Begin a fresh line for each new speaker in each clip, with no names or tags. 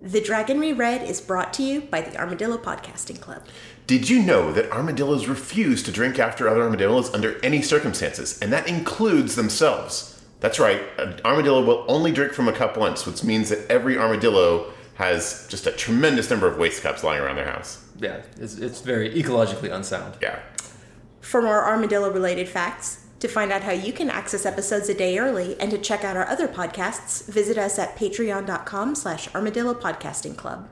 The Dragon Reread is brought to you by the Armadillo Podcasting Club.
Did you know that armadillos refuse to drink after other armadillos under any circumstances, and that includes themselves? That's right, an armadillo will only drink from a cup once, which means that every armadillo has just a tremendous number of waste cups lying around their house.
Yeah, it's, it's very ecologically unsound.
Yeah.
For more armadillo related facts, to find out how you can access episodes a day early and to check out our other podcasts, visit us at patreon.com slash armadillo podcasting club.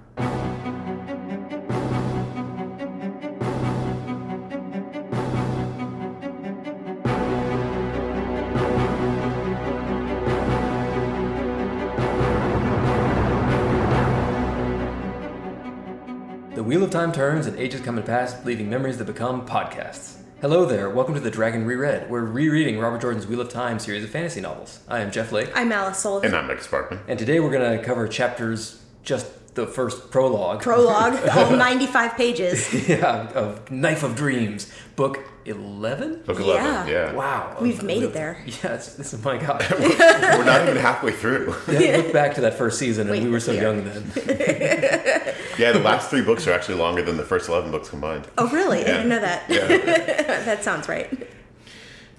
The wheel of time turns and ages come and pass, leaving memories that become podcasts. Hello there, welcome to the Dragon Reread. We're rereading Robert Jordan's Wheel of Time series of fantasy novels. I am Jeff Lake,
I'm Alice Sullivan.
And I'm Nick Sparkman.
and today we're going to cover chapters just the first prologue.
Prologue, all 95 pages.
yeah, of Knife of Dreams, book 11?
Book
Yeah.
11, yeah.
Wow.
We've made it there.
Yes, this is my god.
We're not even halfway through.
I had to look back to that first season and
Wait,
we were so
yeah.
young then.
Yeah, the last three books are actually longer than the first 11 books combined.
Oh, really? I didn't know that.
Yeah.
that sounds right.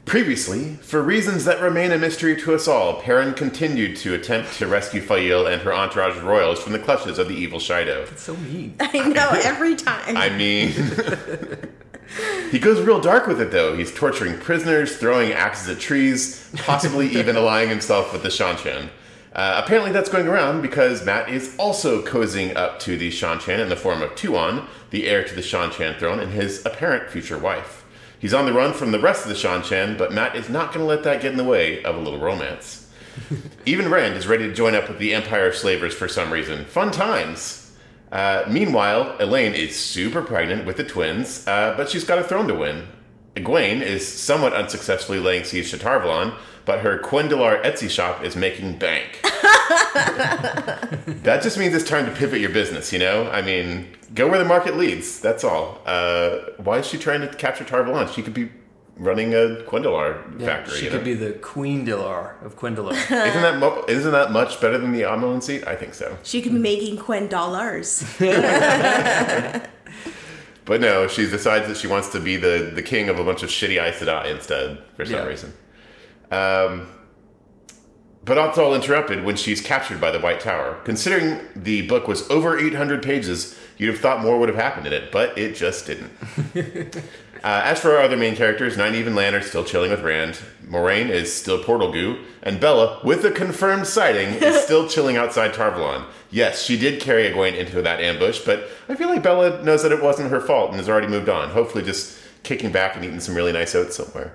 Previously, for reasons that remain a mystery to us all, Perrin continued to attempt to rescue Fael and her entourage of royals from the clutches of the evil Shido.
So mean.
I know every time.
I mean, he goes real dark with it though. He's torturing prisoners, throwing axes at trees, possibly even allying himself with the Shanshan. Uh, apparently, that's going around because Matt is also cozying up to the Shanshan in the form of Tuan, the heir to the Shanshan throne, and his apparent future wife. He's on the run from the rest of the Shanshan, but Matt is not going to let that get in the way of a little romance. Even Rand is ready to join up with the Empire of Slavers for some reason. Fun times. Uh, meanwhile, Elaine is super pregnant with the twins, uh, but she's got a throne to win. Egwene is somewhat unsuccessfully laying siege to Tarvalon, but her Quendalar Etsy shop is making bank. that just means it's time to pivot your business, you know? I mean, go where the market leads, that's all. Uh, why is she trying to capture Tarvalon? She could be running a Quendalar factory.
She
you know?
could be the Queen Dilar of Quindalar.
Isn't that mo- isn't that much better than the Amelin seat? I think so.
She could be making Quen dollars.
But no, she decides that she wants to be the, the king of a bunch of shitty Aes Sedai instead for some
Yeah.
reason. Um, but that's all interrupted when she's captured by the White Tower. Considering the book was over 800 pages, you'd have thought more would have happened in it, but it just didn't. Uh, as for our other main characters, Nynaeve and Lan are still chilling with Rand. Moraine is still Portal Goo. And Bella, with a confirmed sighting, is still chilling outside Tarvalon. Yes, she did carry Egwene into that ambush, but I feel like Bella knows that it wasn't her fault and has already moved on. Hopefully, just kicking back and eating some really nice oats somewhere.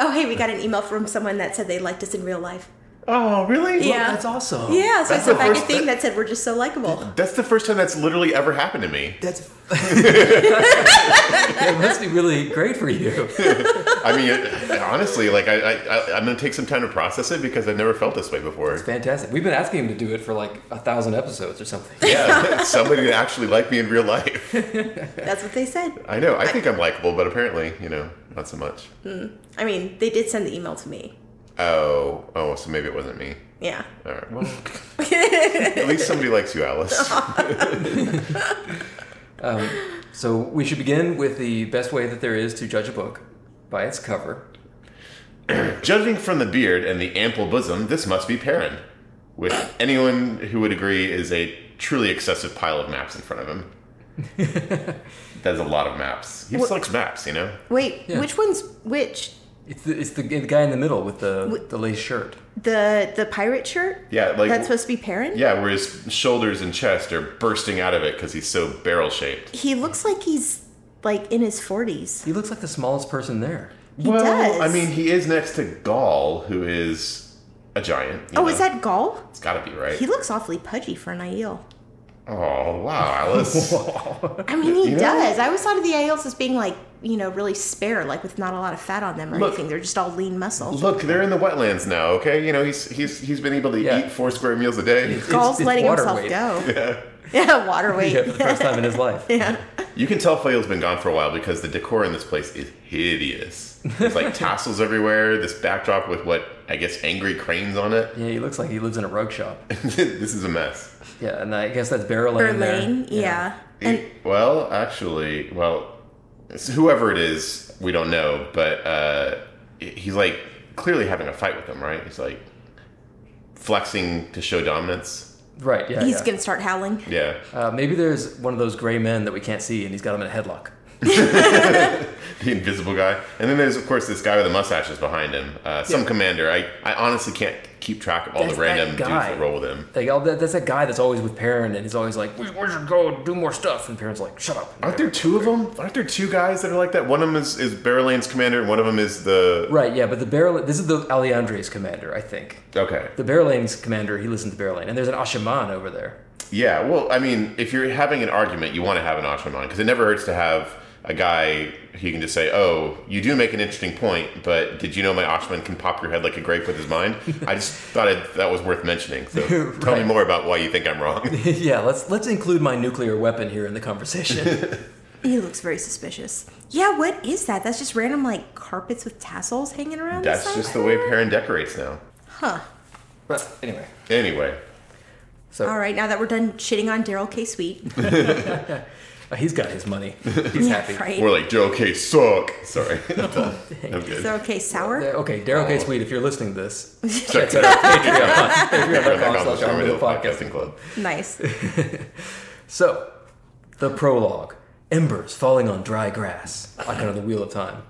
Oh, hey, we got an email from someone that said they liked us in real life.
oh, really?
Yeah.
That's awesome.
Yeah, so
Oh, That's
I
the
sent back a
first
thing
thi-
that said we're just so likable.
That's the first time that's literally ever happened to me.
That's. it must be really great for you.
I mean, it- honestly, like I, I, I, I'm going to take some time to process it because I've never felt this way before.
Fantastic. We've been asking him to do it for like a thousand episodes or something.
Yeah, somebody that actually liked me in real life.
That's what they said.
I know. I think I'm likable, but apparently, you know, not so much.
I mean, they did send the email to me.
Oh, oh, so maybe it wasn't me.
Yeah.
All right. Well, at least somebody likes you, Alice.
So we should begin with the best way that there is to judge a book by its cover.
Judging from the beard and the ample bosom, this must be Perrin, which anyone who would agree is a truly excessive pile of maps in front of him. That's a lot of maps. He just likes maps, you know.
Wait,
Yeah.
which one's which?
It's the, it's the, the guy in the middle with the, the lace shirt.
The the pirate shirt?
Yeah, like
That's supposed to be Perrin?
yeah, where his shoulders and chest are bursting out of it because he's so barrel shaped.
He looks like he's like in his 40s.
He looks like the smallest person there.
He
well,
does.
I mean, he is next to Gaul, who is a giant. you
Oh, is
know.
that Gaul?
It's got to be right.
He looks awfully pudgy for an Aiel.
Oh wow, Alice!
I mean, he
You know?
does. I always thought of the Aiels as being like, you know, really spare, like with not a lot of fat on them or
Look.
anything. They're just all lean muscle.
Look, they're in the wetlands now. Okay, you know he's he's he's been able to
Yeah.
eat four square meals a day.
It's-
Gaul's
it's
letting
water
himself
weight.
go. Yeah, water weight.
yeah, for the first time in his life.
yeah.
You can tell Fayol's been gone for a while because the decor in this place is hideous. There's like tassels everywhere, this backdrop with what I guess angry cranes on it.
Yeah, he looks like he lives in a rug shop.
this is a mess.
Yeah, and I guess that's Bear Lane.
Or
there.
lane. Yeah. And
well, actually, well, it's whoever it is, we don't know, but uh, he's like clearly having a fight with them, right? He's like flexing to show dominance.
Right. Yeah.
he's
yeah.
gonna start howling.
Yeah.
Uh, maybe there's one of those gray men that we can't see, and he's got him in a headlock.
the invisible guy. And then there's, of course, this guy with the mustaches behind him. Uh, some commander. I, I honestly can't keep track of all
That's
the
that
random dudes
guy.
that roll with him.
Like, all that, that's that guy that's always with Perrin, and he's always like, "We, we should go do more stuff." And Perrin's like, "Shut up."
Aren't there two of them? Aren't there two guys that are like that? One of them is, is Barrelane's commander, and one of them is the.
Right. Yeah, but the Bear. This is the Alejandre's commander, I think.
Okay.
The Bear Lane's commander. He listened to Bear Lane, and there's an Ashaman over there.
Yeah, well, I mean, if you're having an argument, you want to have an Ashaman because it never hurts to have a guy who you can just say, "Oh, you do make an interesting point, but did you know my Ashaman can pop your head like a grape with his mind?" I just thought it, that was worth mentioning. So tell me
Right.
more about why you think I'm wrong.
yeah. Let's let's include my nuclear weapon here in the conversation.
He looks very suspicious. Yeah, what is that? That's just random like carpets with tassels hanging around. the
That's
side?
just the way Perrin decorates now.
Huh.
but anyway,
Anyway,
so
All right, now that we're done shitting on Daryl K. Sweet,
uh, he's got his money. He's happy.
right?
we're like, "Joe K suck." Sorry, I'm done. I'm good.
Daryl K. Sour.
Yeah, Uh, Okay, Daryl
Oh.
K. Sweet, if you're listening to this,
Sorry.
Patreon. Patreon.com
Back on the
slash Armadillo
Armadillo
Podcast.
Podcasting Club.
Nice.
So, the prologue Embers falling on dry grass, icon of the Wheel of Time.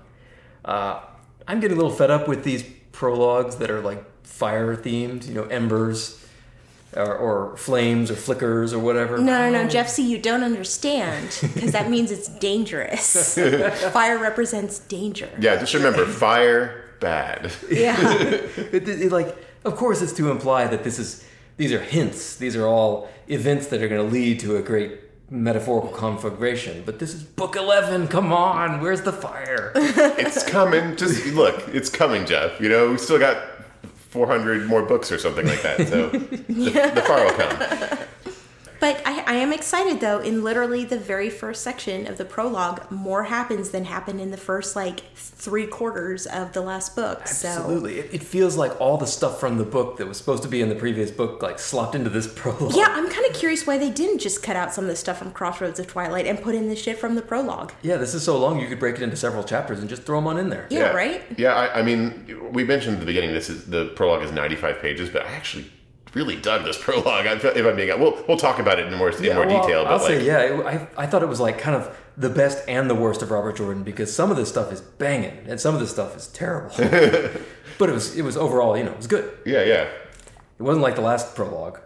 Uh, I'm getting a little fed up with these prologues that are like fire themed, you know, embers or, or flames or flickers or whatever.
No, no, no, Jeff C. You don't understand because that means it's dangerous. Fire represents danger.
Yeah, just remember, fire bad.
Yeah.
It, it, it, like, of course, it's to imply that this is these are hints. These are all events that are going to lead to a great metaphorical conflagration. But this is book eleven. Come on, where's the fire?
It's coming. Just look, it's coming, Jeff. You know, we still got 400 more books or something like that. So the, the far will come.
But I, I am excited though. In literally the very first section of the prologue, more happens than happened in the first like three quarters of the last book. So
Absolutely, it, it feels like all the stuff from the book that was supposed to be in the previous book, like slopped into this prologue.
yeah, I'm kind of curious why they didn't just cut out some of the stuff from Crossroads of Twilight and put in the shit from the prologue.
Yeah, this is so long you could break it into several chapters and just throw them on in there.
Yeah, right.
Yeah, I, I mean, we mentioned at the beginning this is the prologue is 95 pages, but I actually really dug this prologue. I, if I'm being, we'll we'll talk about it in more in more
well,
detail. But
I'll
like,
say, yeah, it, I, I thought it was like kind of the best and the worst of Robert Jordan because some of this stuff is banging and some of this stuff is terrible. but it was it was overall, you know, it was good.
yeah, yeah.
It wasn't like the last prologue.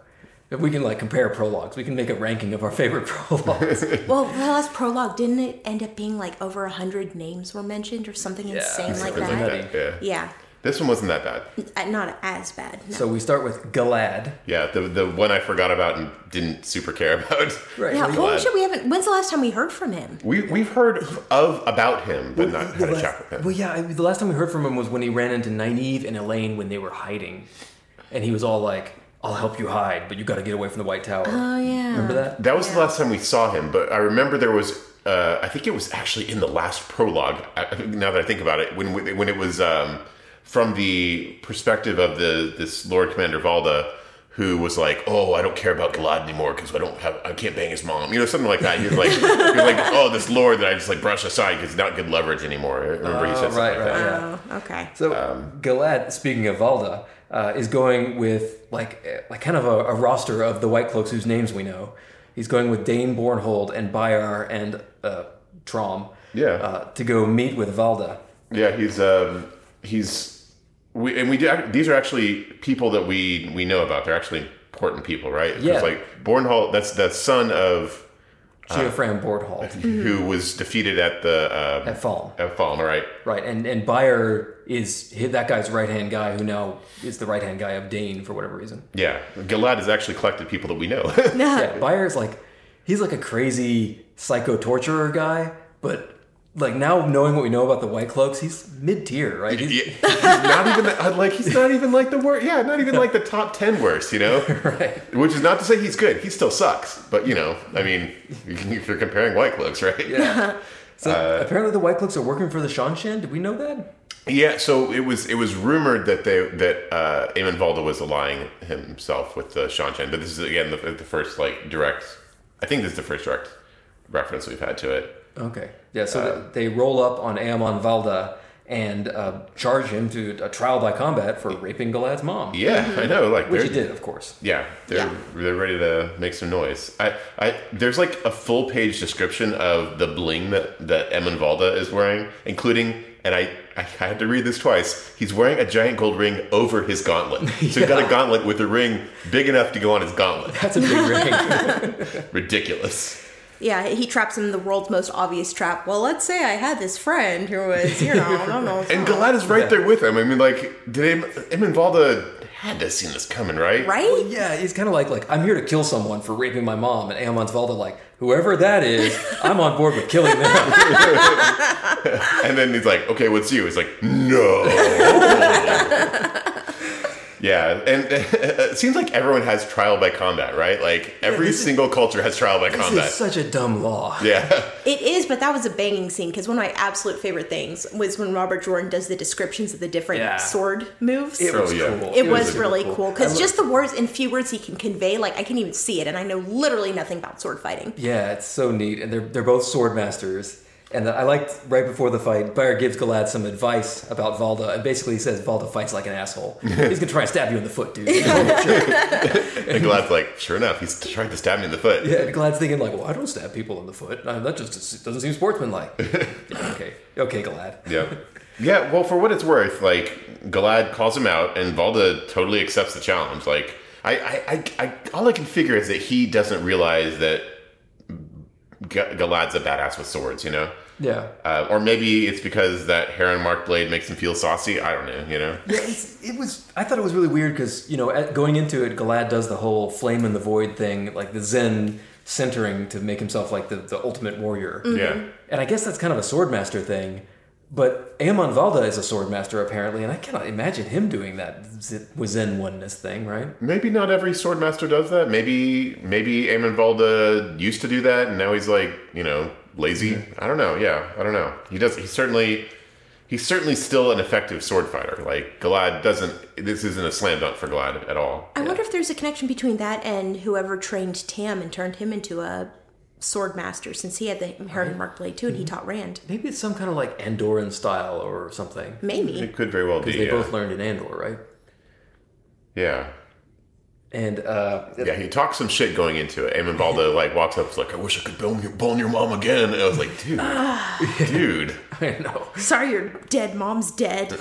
If we can like compare prologues, we can make a ranking of our favorite prologues.
Well, the last prologue didn't it end up being like over a hundred names were mentioned or something insane like
something
that?
like
Yeah.
Yeah,
This one wasn't that bad.
Uh, not as bad. No.
so we start with Galad.
Yeah, the the one I forgot about and didn't super care about.
Right.
yeah,
we-
holy shit, we haven't. When's the last time we heard from him?
We we've heard of about him, but not
the
had a
last-
chat with him.
Well, yeah, I mean, the last time we heard from him was when he ran into Nynaeve and Elaine when they were hiding. And he was all like, I'll help you hide, but you got to get away from the White Tower.
Oh yeah,
Remember that?
That was the last time we saw him, but I remember there was. Uh, I think it was actually in the last prologue. I, now that I think about it, when when it was um, from the perspective of the this Lord Commander Valda, who was like, "Oh, I don't care about Galad anymore because I don't have, I can't bang his mom," you know, something like that. He was like, he was like, "Oh, this Lord that I just like brush aside because it's not good leverage anymore." I remember he said something
Uh, right,
like
right.
that. um,
Oh, okay.
So Galad, speaking of Valda, uh, is going with like eh, like kind of a, a roster of the White Cloaks whose names we know. He's going with Dane Bornhold and Bayar and uh, Trom.
Yeah.
Uh, to go meet with Valda.
Yeah, he's um, he's we and we do, these are actually people that we we know about. They're actually important people, right? 'Cause,
Yeah.
like Bornhall, that's the son of Uh,
Geofran Bornhold
who was defeated at the um,
Mm-hmm. at Falm.
at Falm, right?
Right, and and Bayer is hi- that guy's right hand guy, who now is the right hand guy of Dane for whatever reason.
Yeah, Galad has actually collected people that we know.
Yeah, Bayer is like he's like a crazy psycho torturer guy, but like now knowing what we know about the White Cloaks, he's mid tier, right? He's-
Yeah, he's not even the, I'm like he's not even like the worst. Yeah, not even like the top ten worst. You know,
Right.
Which is not to say he's good. He still sucks. But you know, I mean, if you're comparing white cloaks, right?
Yeah. So
uh,
apparently the White Cloaks are working for the Shanshan. Did we know that?
Yeah, so it was it was rumored that they that uh, Eamon Valda was allying himself with the Shan Chen, but this is again the, the first like direct. I think this is the first direct reference we've had to it.
Okay. Yeah. So
Uh,
they they roll up on Amon Valda and uh, charge him to a trial by combat for raping Galad's mom,
Yeah, I know. Like
Mm-hmm. which he
they're-
did, of course.
Yeah, they're
Yeah.
they're ready to make some noise. I, I there's like a full page description of the bling that that Emin Valda is wearing, including and I, I had to read this twice. He's wearing a giant gold ring over his gauntlet, so he's got a gauntlet with a ring big enough to go on his gauntlet.
That's a big ring.
Ridiculous.
Yeah, he traps him in the world's most obvious trap. Well, let's say I had this friend who was, you know, I don't know.
And Galad is right there with him. I mean, like, did Emin Valda had to have seen this coming, right?
right?
yeah, he's kind of like like I'm here to kill someone for raping my mom, and Amon's Valda like whoever that is, I'm on board with killing them.
And then he's like, okay, what's you? He's like, no. yeah. And it seems like everyone has trial by combat, right? Like every
this is-
single culture has trial by
this is
combat.
such a dumb law.
Yeah.
It is, but that was a banging scene because one of my absolute favorite things was when Robert Jordan does the descriptions of the different
Yeah.
sword moves.
It
It,
Oh,
was
yeah.
cool.
It
was,
was
really cool because
I lo-
just the words in few words he can convey, like I can even see it, and I know literally nothing about sword fighting.
Yeah, it's so neat, and they're they're both sword masters. And I liked right before the fight, Bayer gives Galad some advice about Valda, and basically he says Valda fights like an asshole. He's gonna try and stab you in the foot, dude. Sure.
And Galad's like, sure enough, he's trying to stab me in the foot.
Yeah, and Galad's thinking like, well, I don't stab people in the foot. Uh, that just doesn't seem sportsmanlike. Yeah, okay, okay, Galad.
Yeah. Yeah, well, for what it's worth, like Galad calls him out, and Valda totally accepts the challenge. Like, I, I, I, I all I can figure is that he doesn't realize that G- Galad's a badass with swords, you know.
Yeah.
Uh, or maybe it's because that Heron Mark blade makes him feel saucy. I don't know, you know.
Yeah, it's, it was. I thought it was really weird because you know, at, going into it, Galad does the whole flame in the void thing, like the Zen centering to make himself like the, the ultimate warrior.
Yeah.
And I guess that's kind of a swordmaster thing, but Amon Valda is a swordmaster apparently, and I cannot imagine him doing that z- Zen oneness thing, right?
Maybe not every swordmaster does that. Maybe maybe Aemon Valda used to do that, and now he's like you know lazy. I don't know. Yeah, I don't know. He does. He certainly he's certainly still an effective sword fighter. Like Galad doesn't. This isn't a slam dunk for Galad at all.
I wonder if there's a connection between that and whoever trained Tam and turned him into a sword master, since he had the Heron Mark Blade too, and
Mm-hmm.
he taught Rand.
Maybe it's some kind of like Andoran style or something.
Maybe.
It could very well be.
They
Yeah.
both learned in Andor, right?
yeah.
And uh,
Yeah, he talks some shit going into it. Amon Valda like walks up, is like, "I wish I could bone your, bone your mom again." And I was like, "Dude, dude."
I know.
Sorry, your dead mom's dead.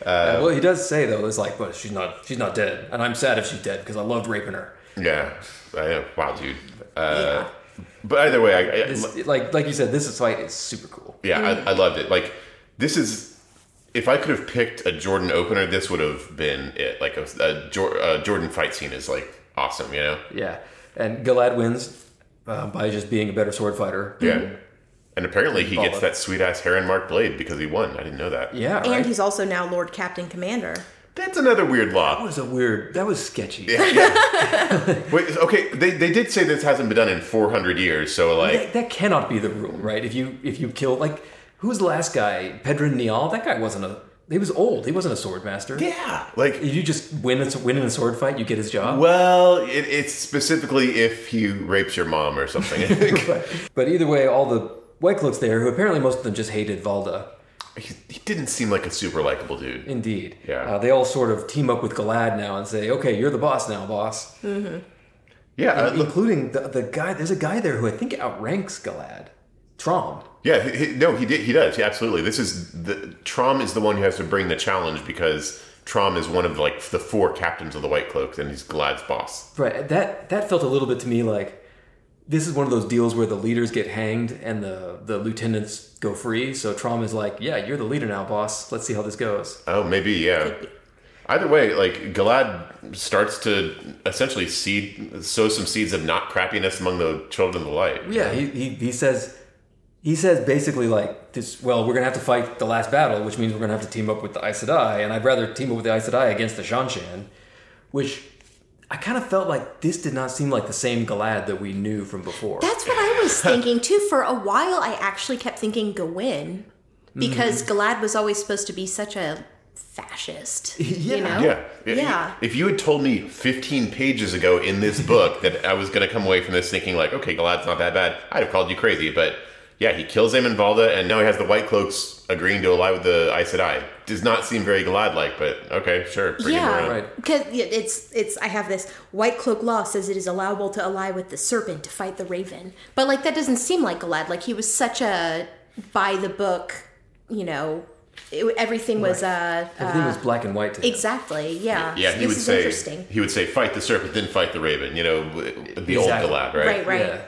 Uh, well, he does say though, it's like, but she's not, she's not dead, and I'm sad if she's dead because I loved raping her.
Yeah, I know. Wow, dude. Uh, But either way, I, I,
This, like, like you said, this fight is super cool.
Yeah, I, I loved it. Like this is if I could have picked a Jordan opener, this would have been it. Like a, a, Jor, a Jordan fight scene is like awesome, you know.
Yeah, and Galad wins uh, by just being a better sword fighter.
Yeah. And apparently he gets
Valda.
that sweet ass Heron Mark blade because he won. I didn't know that.
yeah, right.
And he's also now Lord Captain Commander.
That's another weird
that
law.
was a weird. That was sketchy.
Wait, okay, they, they did say this hasn't been done in 400 years, so like
That, that cannot be the rule, right? If you if you kill like who's the last guy? Pedrin Nial. That guy wasn't a. He was old. He wasn't a sword master.
yeah, like
If you just win a, win in a sword fight, you get his job.
well, it, it's specifically if he rapes your mom or something. I think.
But either way, all the white cloaks there, who apparently most of them just hated Valda.
he, he didn't seem like a super likable dude.
Indeed.
Yeah.
Uh, they all sort of team up with Galad now and say, "Okay, you're the boss now, boss."
Yeah, uh, look,
Including the, the guy. There's a guy there who I think outranks Galad. Trom.
Yeah, he, he- no, he did. He does. Yeah, absolutely. This is the Trom is the one who has to bring the challenge because Trom is one of like the four captains of the White Cloaks, and he's Glad's boss.
Right. That that felt a little bit to me like this is one of those deals where the leaders get hanged and the the lieutenants go free. So Trom is like, yeah, you're the leader now, boss. Let's see how this goes.
Oh, maybe yeah. Either way, like Galad starts to essentially seed sow some seeds of not crappiness among the children of the light.
Yeah. He he, he says. he says basically like this well we're gonna have to fight the last battle which means we're gonna have to team up with the Aes Sedai and I'd rather team up with the Aes Sedai against the Shanshan which I kind of felt like this did not seem like the same Galad that we knew from before
That's what I was thinking too. For a while, I actually kept thinking Gawain because
Mm-hmm.
Galad was always supposed to be such a fascist. You
Yeah.
know?
Yeah.
Oh, Yeah.
If you had told me 15 pages ago in this book that I was going to come away from this thinking, like, okay, Galad's not that bad, I'd have called you crazy. But yeah, he kills Aemon Valda, and now he has the White Cloaks agreeing to ally with the Aes Sedai. Does not seem very Galad like, but okay, sure. Bring him
Yeah,
around.
Right.
Because it's it's I have this white cloak law says it is allowable to ally with the serpent to fight the raven, but like that doesn't seem like Galad. Like he was such a by the book, you know. It, everything was uh, uh
everything was black and white to him.
exactly yeah
Yeah,
So
he
this
would
is
say
interesting
he would say fight the serpent, then fight the raven. You know, w- the old
Exactly.
Galad, right?
right right
yeah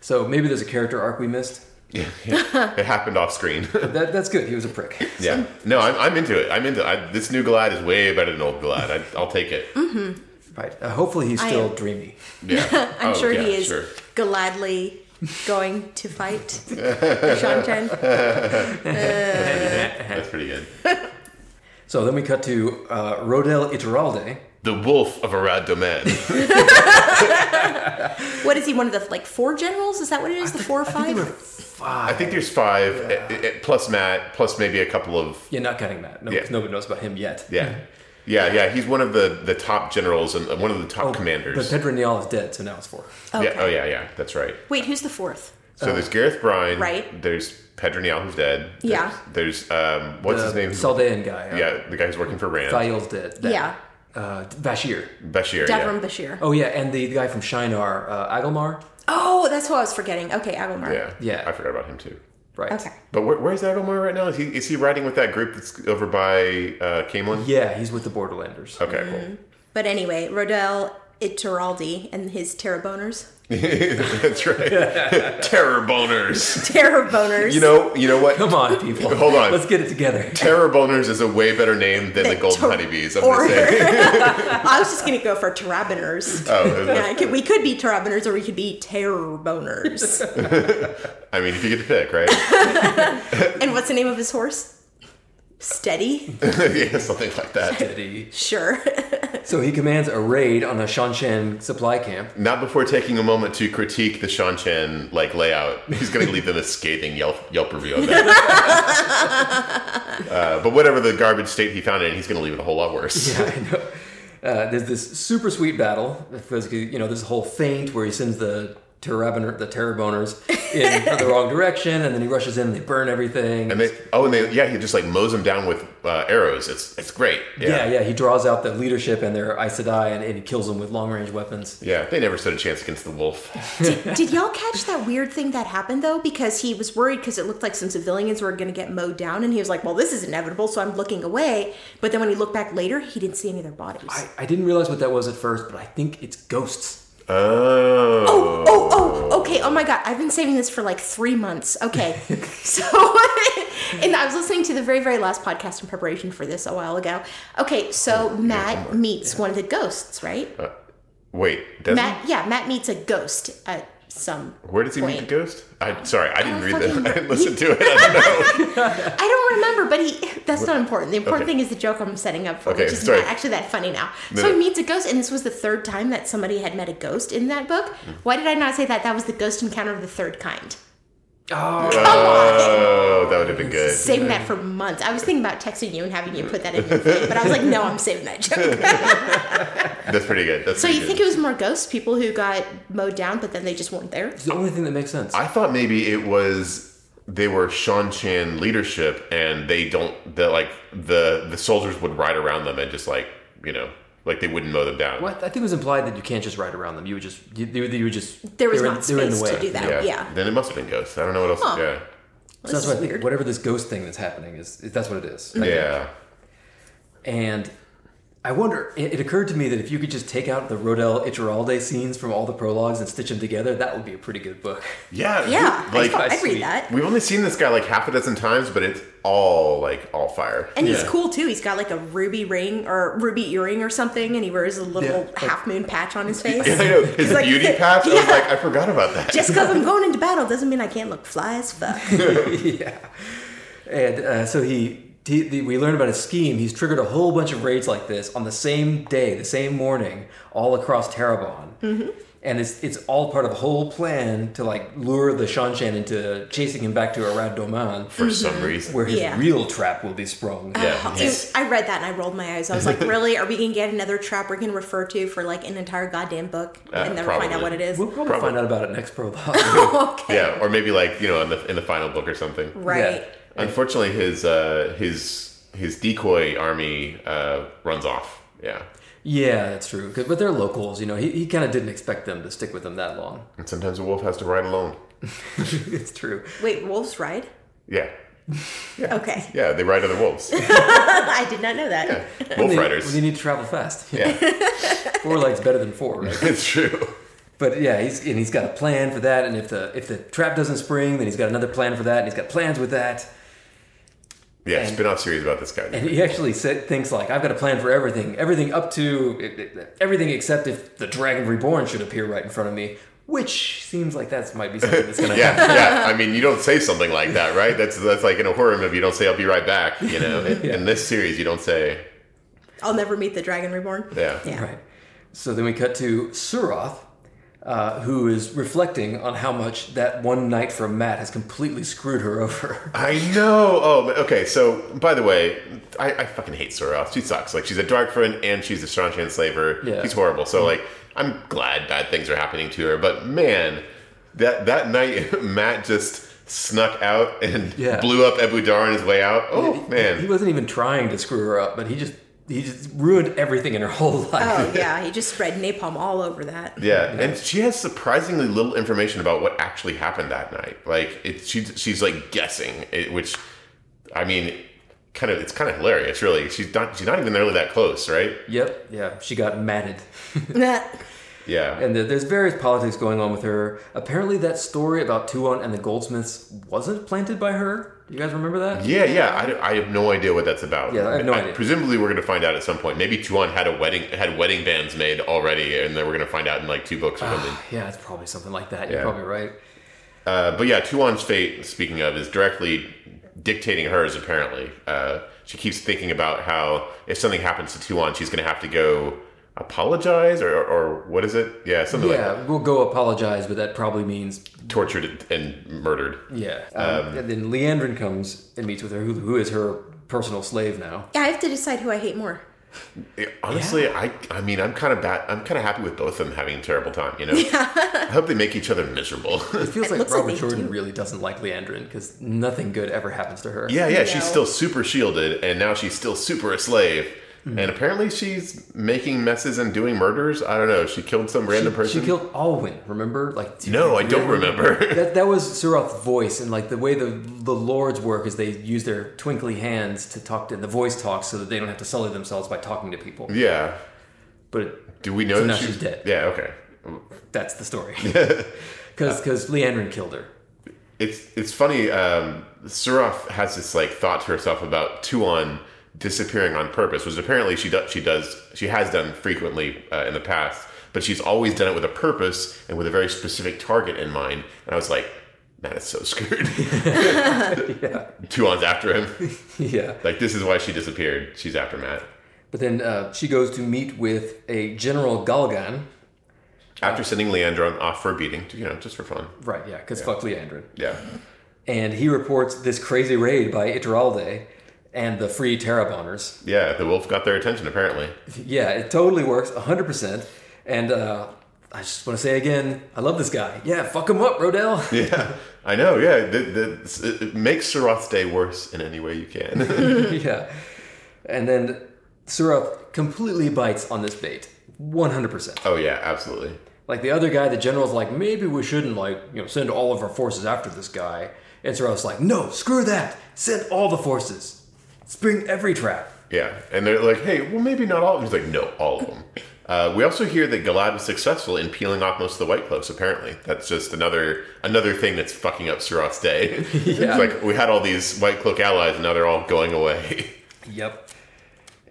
so maybe there's a character arc we missed
Yeah, yeah. it happened off screen.
but that, that's good he was a prick
yeah, no, I'm, I'm into it. I'm into I, this new Galad is way better than old Galad. I, I'll take it.
right uh, hopefully he's
I
still
am-
dreamy
Yeah,
I'm
Oh,
sure
yeah,
he is
sure.
gladly going to fight Sean Chen.
That's pretty good.
so then we cut to uh, Rodel Iturralde
The Wolf of Arad Domain.
What is he? One of the like four generals? Is that what it is? The four or
I think
five?
they were five
I think there's five, eh, eh, eh, plus Matt, plus maybe a couple of
yeah not counting Matt no,
Yeah.
nobody knows about him yet
yeah, yeah, yeah. He's one of the the top generals and uh, one of the top commanders.
Oh, but Pedro Nial is dead so now it's four
Yeah, oh yeah, yeah. That's right.
Wait, who's the fourth?
So
Oh.
there's Gareth Bryan.
Right.
There's Pedronial, who's dead.
Yeah.
There's, there's um, what's his
the
name?
Saldean guy uh,
yeah, the guy who's working for Rand.
Thail's dead. dead.
Yeah.
Uh, Bashir.
Bashir.
Davram
yeah.
Bashir.
Oh, yeah, and the, the guy from Shinar, uh, Idolmar.
Oh, that's what I was forgetting. Okay, Agumar.
yeah,
Yeah.
I forgot about him too.
Right.
Okay.
But where, where's Adelmar right now? Is he is he riding with that group that's over by uh, Camelin?
Yeah, he's with the Borderlanders.
Okay, cool.
But anyway, Rodel Ituraldi and his terror boners. Mm-hmm.
that's right. Terror boners.
Terror boners.
You know, you know what?
Come on, people.
Hold on.
Let's get it together.
Terror boners is a way better name than the golden
Ter-
honeybees. I'm
or
gonna say.
I was just gonna go for terrabiners.
Oh,
Yeah, I could, we could be terrabiners or we could be terror boners.
I mean, if you get to pick, right?
and what's the name of his horse? Steady?
yeah, something like that.
Steady.
Sure.
So he commands a raid on a Shanshan supply camp.
Not before taking a moment to critique the Shanchen like layout. He's going to leave them a scathing Yelp, Yelp review on that. uh, but whatever the garbage state he found it in, he's going to leave it a whole lot worse.
Yeah, I know. Uh, there's this super sweet battle. Because, You know, this whole feint where he sends the Terrabiner, the Terraboners in the wrong direction, and then he rushes in and they burn everything.
And they, oh, and they, yeah, he just like mows them down with uh, arrows. It's it's great.
yeah.
Yeah.
yeah, he draws out the leadership and their Aes Sedai, and, and he kills them with long range weapons.
Yeah, they never stood a chance against the wolf.
Did, did y'all catch that weird thing that happened though? Because he was worried because it looked like some civilians were going to get mowed down, and he was like, "Well, this is inevitable," so I'm looking away. But then when he looked back later, he didn't see any of their bodies.
I, I didn't realize what that was at first, but I think it's ghosts.
Oh.
oh, oh, oh, okay. Oh my god, I've been saving this for like three months. Okay, so and I was listening to the very, very last podcast in preparation for this a while ago. Okay, so Matt meets one of the ghosts, right?
Wait, does
Matt, yeah, Matt meets a ghost at some.
he? Where does he meet the
Wait.
ghost? I sorry, I didn't
don't
read that.
fucking
I didn't
re-
listen to it. I don't know.
I don't remember, but he. That's not important. The important
Okay.
thing is the joke I'm setting up for,
Okay,
which is
sorry.
not actually that funny now.
No,
so
no.
he meets a ghost, and this was the third time that somebody had met a ghost in that book.
Hmm.
Why did I not say that? That was the ghost encounter of the third kind.
Oh,
Oh, that would have been good.
Saving that for months. I was thinking about texting you and having you put that in your thing, but I was like, no, I'm saving that joke.
That's pretty good. That's
so
pretty
you
good.
think it was more ghost people who got mowed down, but then they just weren't there?
it's the only thing that makes sense.
I thought maybe it was they were Sean Chan leadership, and they don't the like the the soldiers would ride around them and just like you know like they wouldn't mow them down.
Well, I think it was implied that you can't just ride around them. You would just you, you, would- you would just
There was
they were in-
not
they were in the
space to
way.
do that.
Yeah.
Yeah.
Then it must have been ghosts. I don't know what else.
Huh.
Yeah.
So that's
is
what I think.
weird.
Whatever this ghost thing that's happening is, is that's what it is.
Yeah.
And I wonder. It, it occurred to me that if you could just take out the Rodel Iturralde scenes from all the prologues and stitch them together, that would be a pretty good book.
Yeah,
Yeah,
we- like
I'd, I'd
sweet.
read that.
we've only seen this guy like half a dozen times, but it's all like all fire.
And he's
Yeah.
cool too. He's got like a ruby ring or ruby earring or something, and he wears a little
Yeah, like-
half moon patch on his face.
I know his
He's like-
beauty patch. I was
Yeah.
like, I forgot about that.
Just because I'm going into battle doesn't mean I can't look fly as fuck.
yeah. And uh, so he, he, the, we learned about his scheme. He's triggered a whole bunch of raids like this on the same day, the same morning, all across Terabon. Mm-hmm. And it's it's all part of a whole plan to like lure the Shanshan into chasing him back to Arad Doman,
For some reason,
where his
Mm-hmm. Yeah.
real trap will be sprung.
Yeah.
Oh, dude, I read that and I rolled my eyes. I was like, really? Are we going to get another trap we're going to refer to for like an entire goddamn book
Uh,
and never find out
probably.
what it is?
We'll probably,
Probably.
find out about it next prologue.
okay.
yeah, or maybe like you know in the in the final book or something.
Right.
Unfortunately, his uh, his his decoy army uh, runs off. Yeah,
yeah, that's true. 'Cause- But they're locals, you know. He, he kind of didn't expect them to stick with him that long.
and sometimes a wolf has to ride alone.
it's true.
Wait, wolves ride?
Yeah,
Okay.
yeah, they ride other wolves.
I did not know that.
Yeah. Wolf
They-
riders.
They need to travel fast.
Yeah,
Four legs better than four, right?
it's true.
But yeah, he's and he's got a plan for that. And if the if the trap doesn't spring, then he's got another plan for that. And he's got plans with that.
Yeah,
And-
spin-off series about this guy.
And he actually said things like, "I've got a plan for everything, everything up to e, everything except if the dragon reborn should appear right in front of me." Which seems like that's might be something that's gonna happen.
Yeah, yeah. I mean, you don't say something like that, right? That's that's like in a horror movie. You don't say "I'll be right back." You know, in, in this series, you don't say.
I'll never meet the dragon reborn.
Yeah.
Yeah.
Right. So then we cut to Suroth, uh, who is reflecting on how much that one night from Matt has completely screwed her over.
I know. Oh, but- okay. So, by the way, I, I fucking hate Soroth. She sucks. Like, she's a dark friend and she's a Stranchan enslaver.
Yeah.
She's horrible. So, like, I'm glad bad things are happening to her. But man, that that night, Matt just snuck out and
Yeah.
blew up Ebu Dar on his way out. Oh
He
man.
wasn't even trying to screw her up, but he just he just ruined everything in her whole life.
Oh, yeah. He just spread napalm all over that.
Yeah, and she has surprisingly little information about what actually happened that night. Like, it, she she's like guessing, it, which, I mean, kind of it's kind of hilarious. Really, she's not she's not even really that close, right?
Yep. Yeah. She got matted.
Yeah.
and there- there's various politics going on with her. Apparently, that story about Tuon and the goldsmiths wasn't planted by her. Do you guys remember that?
Yeah, yeah. I, I have no idea what that's about.
Yeah, I have no idea.
Presumably, we're going to find out at some point. Maybe Tuan had a wedding had wedding bands made already, and then we're going to find out in like two books or something.
Yeah, it's probably something like that.
Yeah.
You're probably right.
uh, but yeah, Tuan's fate. Speaking of, is directly dictating hers. Apparently, uh, she keeps thinking about how if something happens to Tuan, she's going to have to go apologize or, or, or what is it? Yeah, something like
Yeah, we'll go apologize, but that probably means
tortured and murdered.
yeah. Um, and then Leandrin comes and meets with her, who, who is her personal slave now.
Yeah, I have to decide who I hate more.
Yeah, Honestly, I I mean, I'm kind of bad. I'm kind of happy with both of them having a terrible time. You know, I hope they make each other miserable.
It feels
It
like
looks like
Robert
they
Jordan
do.
really doesn't like Leandrin because nothing good ever happens to her.
Yeah, yeah, she's
know.
still super shielded, and now she's still super a slave.
Mm-hmm.
And apparently, she's making messes and doing murders. I don't know. She killed some random
She
person.
killed Alwyn, remember? Like
no, I don't
Yeah.
remember.
That, that was Suroth's voice, and like the way the the lords work is they use their twinkly hands to talk to the voice talks, so that they don't have to sully themselves by talking to people.
yeah.
But
Do we know?
So
that
now
she-
she's dead.
Yeah. Okay.
that's the story, because because Leandrin killed her.
It's it's funny. Um, Suraf has this like thought to herself about Tuon disappearing on purpose, which apparently she does. She does. She has done frequently uh, in the past, but she's always done it with a purpose and with a very specific target in mind. And I was like, Matt is so screwed. Tuon's after him.
yeah,
Like this is why she disappeared. She's after Matt.
but then uh, she goes to meet with a General Galgan.
After sending Leandron off for a beating, you know, just for fun.
Right, yeah, because fuck Leandrin.
Yeah.
And he reports this crazy raid by Iturralde and the Free Terrabonners.
Yeah, the wolf got their attention apparently.
Yeah, it totally works, 100%. And uh, I just want to say again, I love this guy. Yeah, fuck him up, Rodell.
Yeah. I know, yeah. The, the, it makes Soroth's day worse in any way you can.
yeah. And then Suroth completely bites on this bait, 100%.
oh, yeah, absolutely.
Like the other guy, the general's like, maybe we shouldn't, like, you know, send all of our forces after this guy. And Suroth's like, no, screw that. Send all the forces. Spring every trap.
Yeah, and they're like, "Hey, well, maybe not all." of them. He's like, "No, all of them." Uh, we also hear that Galad was successful in peeling off most of the White Cloaks. Apparently, that's just another another thing that's fucking up Surat's day. It's
Yeah.
like we had all these White Cloak allies, and now they're all going away.
Yep.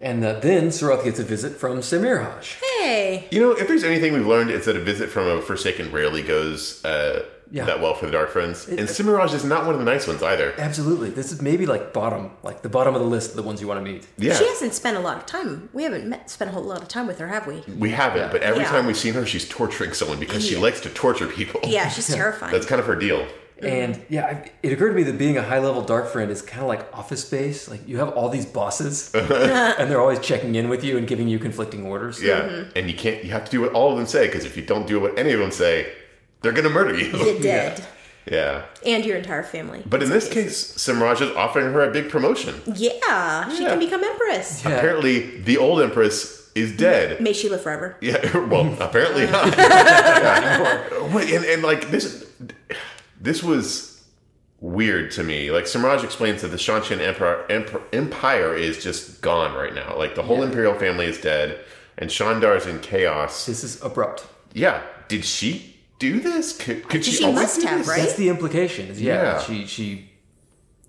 And uh, then Sarath gets a visit from Samirhaj.
Hey.
You know, if there's anything we've learned, it's that a visit from a Forsaken rarely goes uh,
Yeah.
that well for the Dark Friends, and Simiraj is not one of the nice ones either.
Absolutely. This is maybe like bottom, like the bottom of the list of the ones you want to meet.
Yeah,
She hasn't spent a lot of time. We haven't met, spent a whole lot of time with her, have we?
we haven't, but every
Yeah.
time we've seen her, she's torturing someone because she likes to torture people.
Yeah, she's terrifying.
that's kind of her deal.
And yeah, I- it occurred to me that being a high level dark friend is kind of like office space. Like you have all these bosses, and they're always checking in with you and giving you conflicting orders.
Yeah,
Mm-hmm.
and you can't. You have to do what all of them say because if you don't do what any of them say, they're gonna murder you.
You're dead.
yeah,
And your entire family.
but in this case, Simraj is offering her a big promotion.
yeah, she
Yeah.
can become empress.
Yeah.
Apparently, the old empress is dead.
May she live forever.
Yeah, well, apparently not. Yeah. Wait, and, and like this, this was weird to me. Like Samraj explains that the Shanshan Emperor, Emperor, Empire is just gone right now. Like the whole Imperial family is dead, and Shandar's in chaos.
This is abrupt.
Yeah, did she do this? Could, could she,
She
always
must
do
have,
this?
right?
That's the implication. Is yeah,
Yeah.
she she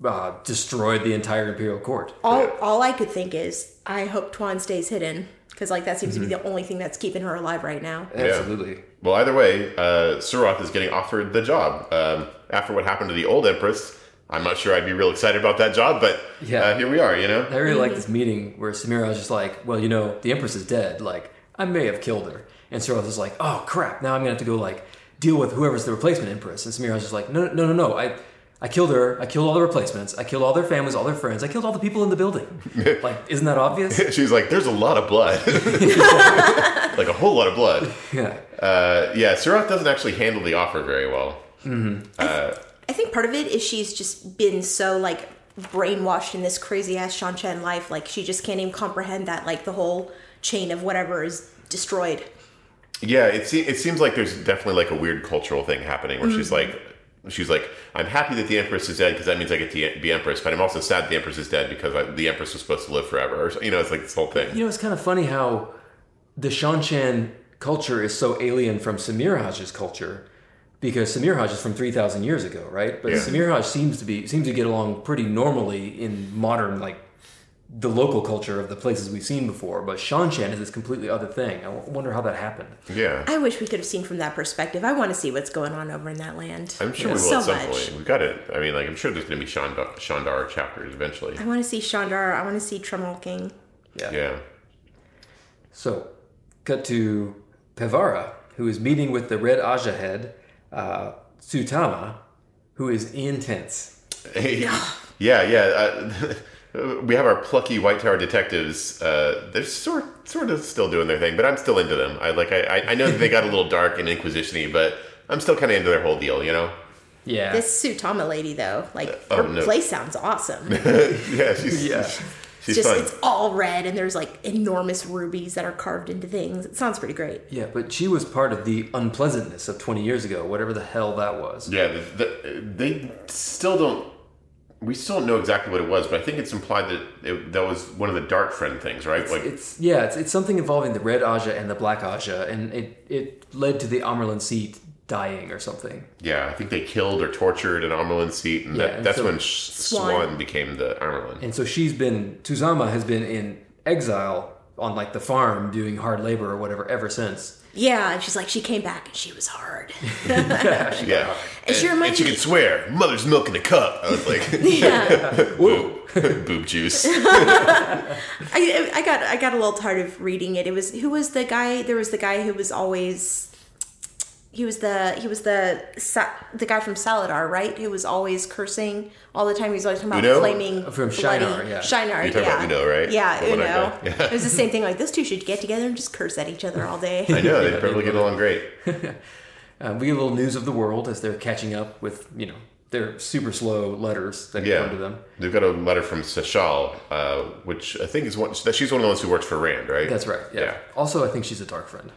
uh, destroyed the entire imperial court.
All, all I could think is, I hope Tuan stays hidden. Because, like, that seems to
Mm-hmm.
be the only thing that's keeping her alive right now.
Absolutely.
Well, either way, uh, Suroth is getting offered the job. Um, after what happened to the old Empress, I'm not sure I'd be real excited about that job, but
Yeah.
uh, here we are. You know,
I really like this meeting where Samira was just like, well, you know, the Empress is dead. Like, I may have killed her. And Soros is like, oh, crap. Now I'm going to have to go, like, deal with whoever's the replacement Empress. And Samira was just like, no, no, no, no. I, I killed her. I killed all the replacements. I killed all their families, all their friends. I killed all the people in the building. like, isn't that obvious?
She's like, there's a lot of blood. like a whole lot of blood.
yeah.
Uh, yeah, Surat doesn't actually handle the offer very well.
I think part of it is she's just been so like brainwashed in this crazy ass Shanchen life. Like she just can't even comprehend that like the whole chain of whatever is destroyed.
Yeah, it, se- it seems like there's definitely like a weird cultural thing happening where she's
Mm-hmm.
like, she's like, I'm happy that the Empress is dead because that means I get to be Empress, but I'm also sad the Empress is dead because I, the Empress was supposed to live forever. Or, so- you know, it's like this whole thing.
You know, it's kind of funny how the Shanshan culture is so alien from Samirhaj's culture because Samirhaj is from 3,000 years ago, right? But
Yeah.
Samirhaj seems to be seems to get along pretty normally in modern like the local culture of the places we've seen before, but Shanshan is this completely other thing. I w- wonder how that happened.
Yeah.
I wish we could have seen from that perspective. I want to see what's going on over in that land.
I'm sure we will
so
at some
much.
point. We got it. I mean, like, I'm sure there's going to be Shandar, Shandar chapters eventually.
I want to see Shandar. I want to see Tremel King.
Yeah.
So, cut to Pevara, who is meeting with the Red Aja head, uh, Sutama, who is intense.
yeah, yeah. Uh, we have our plucky White Tower detectives. Uh, they're sort sort of still doing their thing, but I'm still into them. I like. I I- I know that they got a little dark and inquisitiony, but I'm still kind of into their whole deal. You know.
Yeah.
This Sutama lady though, like
oh,
her
no.
play sounds awesome. It's
Yeah, she's
Yeah.
she's
just
fun.
it's all red and there's like enormous rubies that are carved into things. It sounds pretty great.
Yeah, but she was part of the unpleasantness of 20 years ago, whatever the hell that was.
yeah, the, the, they still don't. We still don't know exactly what it was, but I think it's implied that it, that was one of the dark friend things, right? like,
It's yeah, it's, it's something involving the red Aja and the black Aja, and it it led to the Amerlin seat dying or something.
yeah, I think they killed or tortured an Armelin seat, and, that,
Yeah, and
that's
so-
when Sh- Swan.
Swan.
became the Armelin.
And so she's been Tuzama has been in exile on like the farm doing hard labor or whatever ever since.
Yeah, and she's like she came back and she was hard.
Yeah,
And she reminds
she
me-
could swear, "Mother's milk in a cup." I was like,
yeah.
Whoa.
boob juice.
I, I got I got a little tired of reading it. It was who was the guy? There was the guy who was always he was the he was the sa- the guy from Saladar, right? Who was always cursing all the time. He was always talking about
Uno?
flaming
From
bloody-
Shinar, yeah.
Shinar,
You're talking
yeah.
about Uno, right?
Yeah,
The
Uno.
one-eyed guy. Yeah.
It was the same thing. Like those two should get together and just curse at each other all
I
day.
know, they probably get along great.
Uh, we get a little news of the world as they're catching up with you know their super slow letters that
Yeah.
come to them.
They've got a letter from Sashal, uh, which I think is one, that she's one of the ones who works for Rand, right?
That's right. yeah.
Yeah.
Also, I think she's a dark friend.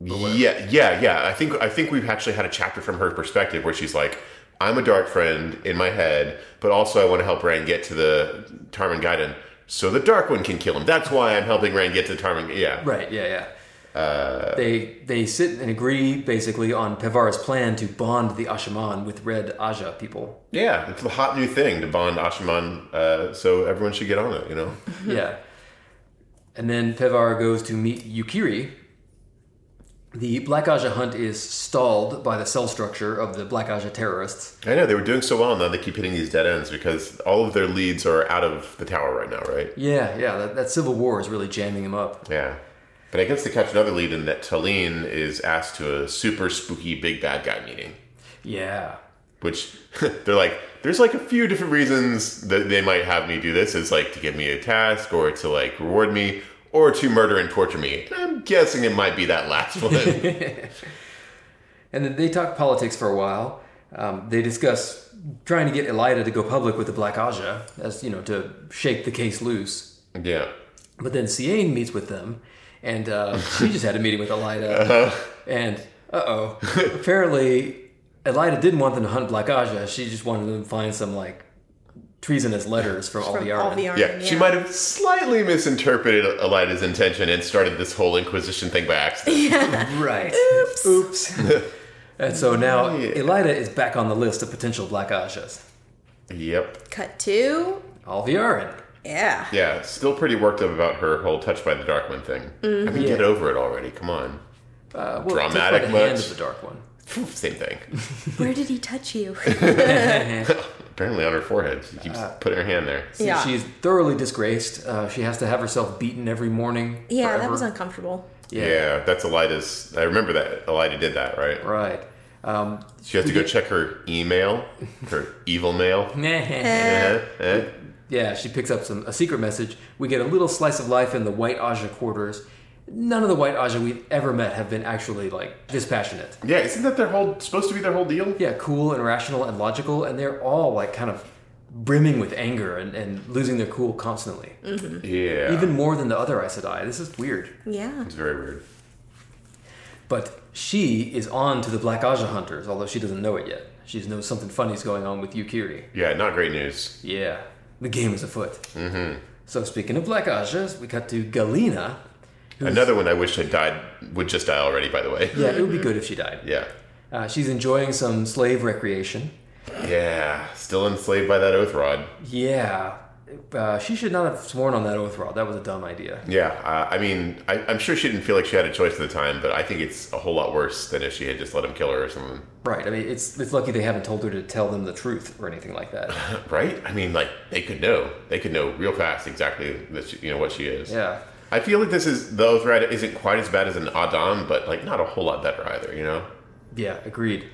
Yeah, yeah, yeah. I think I think we've actually had a chapter from her perspective where she's like, I'm a dark friend in my head, but also I want to help Rand get to the Tarman Gaiden. so the Dark One can kill him. That's why I'm helping Rand get to Tarmon. Yeah.
Right. Yeah. Yeah. they they sit and agree basically on Pevara's plan to bond the Ashaman with Red Aja people.
Yeah. It's the hot new thing to bond Ashaman, uh, so everyone should get on it, you know?
yeah. And then Pevar goes to meet Yukiri. The Black Aja hunt is stalled by the cell structure of the Black Aja terrorists.
I know, they were doing so well, and now they keep hitting these dead ends because all of their leads are out of the tower right now, right?
Yeah, yeah, that, that civil war is really jamming them up.
Yeah. But I guess they catch another lead in that Talene is asked to a super spooky big bad guy meeting,
Yeah.
which they're like, there's like a few different reasons that they might have me do this. It's like to give me a task or to like reward me or to murder and torture me. And I'm guessing it might be that last one.
And then they talk politics for a while. Um, they discuss trying to get Elida to go public with the Black Aja, as, you know, to shake the case loose.
yeah.
But then Cian meets with them, and uh, she just had a meeting with Elida.
Uh-huh.
And uh oh, apparently Elida didn't want them to hunt Black Aja. She just wanted them to find some like treasonous letters from all the
From all the
Arden.
Arden,
Yeah, she might have slightly misinterpreted Elida's intention and started this whole Inquisition thing by accident.
Right.
Oops.
Oops. and so now
Right.
Elida is back on the list of potential Black Ajas.
yep.
Cut two.
All the Arden.
Yeah.
Yeah, still pretty worked up about her whole touched by the dark one thing. I mean, get over it already. Come on.
Uh, well,
Dramatic
take by the hand
much?
of the Dark One.
Same thing.
Where did he touch you? Eh,
Uh-huh.
Apparently on her forehead. She keeps putting her hand there.
Yeah.
She's thoroughly disgraced. Uh, she has to have herself beaten every morning.
yeah, that
forever.
was uncomfortable.
Yeah, that's Elida's. I remember that. Elida did that, right?
Right. Um,
She has to go check her email, her evil mail. Eh, eh.
Yeah, she picks up some a secret message. We get a little slice of life in the White Aja quarters. None of the White Aja we've ever met have been actually like this passionate.
Yeah, isn't that their whole, supposed to be their whole deal?
Yeah, cool and rational and logical, and they're all like kind of brimming with anger and, and losing their cool constantly.
Yeah.
Even more than the other Aes Sedai. This is weird.
Yeah.
it's very weird.
But she is on to the Black Aja hunters, although she doesn't know it yet. She knows something funny's going on with Yukiri.
Yeah, not great news.
Yeah, the game is afoot. Mm-hmm. So speaking of Black Ajas, we cut to Galena. who's-
Another one I wish had died, would just die already, by the way.
Yeah, it would be good if she died.
Yeah.
Uh, she's enjoying some slave recreation.
Yeah, still enslaved by that oath rod.
Yeah. Uh, she should not have sworn on that oath rod. That was a dumb idea.
Yeah, uh, I mean, I, I'm sure she didn't feel like she had a choice at the time, but I think it's a whole lot worse than if she had just let him kill her or something.
Right. I mean, it's it's lucky they haven't told her to tell them the truth or anything like that.
Right? I mean, like they could know. They could know real fast exactly that she, you know what she is.
Yeah.
I feel like this is the threat isn't quite as bad as an Adam, but like not a whole lot better either. You know?
Yeah. Agreed.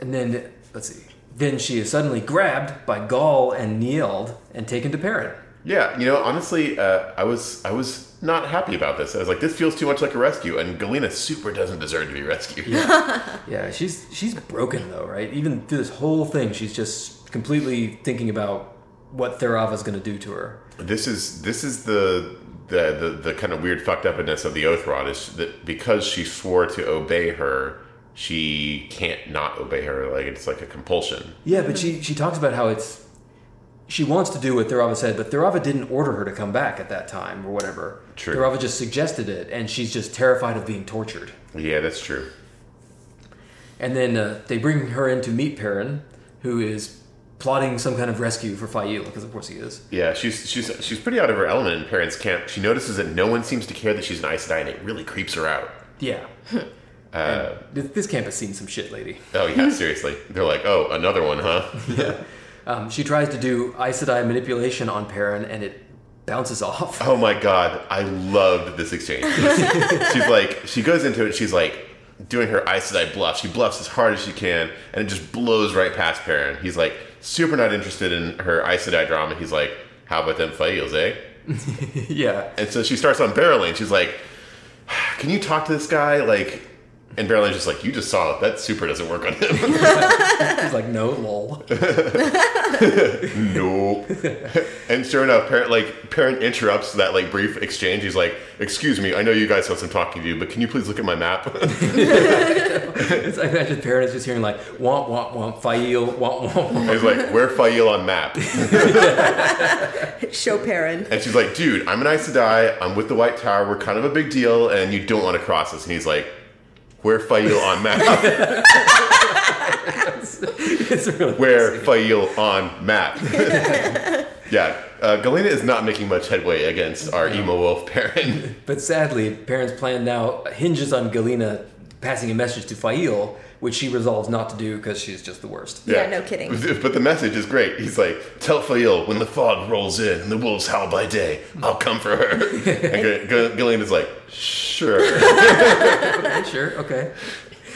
And then let's see. Then she is suddenly grabbed by Gaul and Nield and taken to Perrin.
Yeah. You know, honestly, uh, I was I was not happy about this. I was like, this feels too much like a rescue, and Galena super doesn't deserve to be rescued.
Yeah, she's she's broken though, right? Even through this whole thing, she's just completely thinking about what Therava's going to do to her.
This is this is the the, the, the kind of weird fucked upness of the oath rod is that because she swore to obey her, she can't not obey her. Like it's like a compulsion.
Yeah, but she she talks about how it's she wants to do what Therava said, but Therava didn't order her to come back at that time or whatever.
True.
Therava just suggested it, and she's just terrified of being tortured.
Yeah, that's true.
And then uh, they bring her in to meet Perrin, who is plotting some kind of rescue for Fael, because of course he is.
Yeah, she's she's she's pretty out of her element in parents' camp. She notices that no one seems to care that she's an Aes Sedai, and it really creeps her out.
Yeah. And th- this camp has seen some shit, lady.
Oh yeah, seriously. They're like, oh, another one, huh?
Um, she tries to do Aes Sedai manipulation on Perrin, and it bounces off.
Oh my god, I loved this exchange. she's like, she goes into it. She's like doing her Aes Sedai bluff. She bluffs as hard as she can, and it just blows right past Perrin. He's like super not interested in her Aes Sedai drama. He's like, how about them fails, eh?
yeah.
And so she starts on barreling. She's like, can you talk to this guy? Like, And Barrelin's just like, you just saw it. That super doesn't work on him.
He's like, no, lol.
nope. and sure enough, parent like parent interrupts that like brief exchange. He's like, "Excuse me, I know you guys want some talking to you, but can you please look at my map?"
It's, I imagine parents just hearing like, womp, womp, womp, fail, womp, womp, womp.
he's like, "Where Fael on map?"
Show Perrin.
And she's like, "Dude, I'm an Aes Sedai. I'm with the White Tower. We're kind of a big deal, and you don't want to cross us." And he's like, "Where Fael on map?
It's really
Where Fael on map?" yeah. Uh, Galena is not making much headway against our emo wolf parent.
But sadly, Perrin's plan now hinges on Galena passing a message to Fail, which she resolves not to do because she's just the worst.
Yeah, no kidding.
But the message is great. He's like, "Tell Fail when the fog rolls in and the wolves howl by day, I'll come for her." and G- Gillian is like, "Sure,
Okay, sure, okay.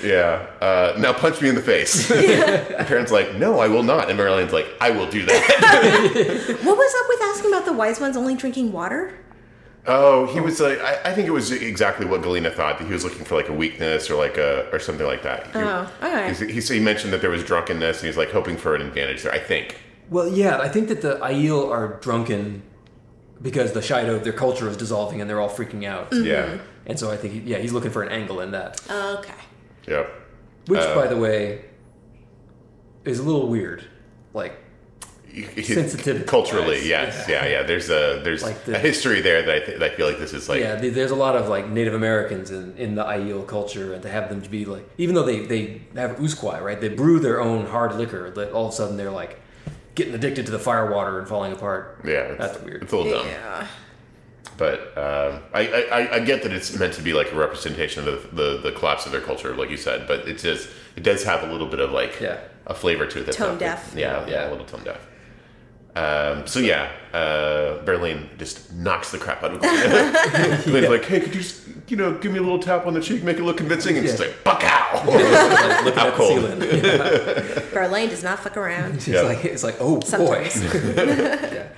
yeah." Uh, now punch me in the face. Parents like, "No, I will not." And Marilyn's like, "I will do that."
What was up with asking about the wise ones only drinking water?
oh, he was like, I, I think it was exactly what Galena thought that he was looking for, like a weakness or like a or something like that. He,
Oh, all right.
he's- He, so he mentioned that there was drunkenness, and he's like hoping for an advantage there. I think.
Well, yeah, I think that the Aiel are drunken because the Shido, their culture is dissolving and they're all freaking out.
Mm-hmm.
Yeah.
And so I think, he- yeah, he's looking for an angle in that.
Okay.
Yep.
Which, by the way, is a little weird. Like, Sensitivity-wise,
culturally yes yeah. yeah there's a there's
Like the-
a history there that I, th- that I feel like this is like
yeah, th- there's a lot of like Native Americans in, in the Aiel culture, and to have them be like, even though they they have usquai, right? They brew their own hard liquor. That all of a sudden they're like getting addicted to the fire water and falling apart.
yeah it's,
That's weird.
it's a little dumb
Yeah.
but um, I, I I- I get that it's meant to be like a representation of the, the the collapse of their culture like you said but it just it does have a little bit of like
Yeah.
a flavor to it that's
Tone
not-
deaf.
yeah yeah a little tone deaf um, so yeah, uh, Berlin just knocks the crap out of Glenn. Glenn's like, "Hey, could you, just, you know, give me a little tap on the cheek, make it look convincing?" And she's
Yeah.
like, "Buck out!"
Like, looking
How
at the
cold.
ceiling. Yeah.
Verlaine does not fuck around.
It's
Yeah.
like it's like oh
Sometimes.
boy. yeah.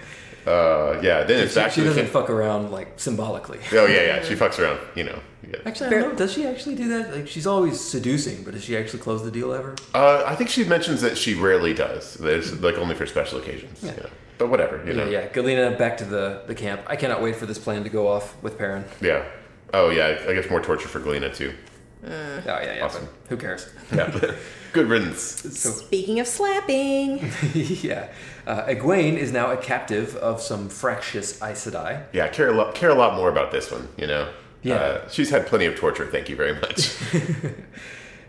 uh, yeah, then it's
She, she
actually
doesn't fuck around like symbolically.
Oh yeah, yeah. She fucks around, you know. Yeah.
Actually, I don't know. Does she actually do that? Like, she's always seducing, but does she actually close the deal ever?
Uh, I think she mentions that she rarely does. There's like only for special occasions. Yeah. But whatever, you know.
Yeah, yeah. Galena back to the, the camp. I cannot wait for this plan to go off with Perrin.
Yeah. Oh yeah. I guess more torture for Galena too.
Oh yeah, yeah.
Awesome.
but Who cares?
Yeah. Good riddance.
So
Speaking of slapping,
yeah. Uh, Egwene is now a captive of some fractious Aes Sedai.
Yeah. Care a lot. Care a lot more about this one. You know.
Yeah.
Uh, she's had plenty of torture. Thank you very much.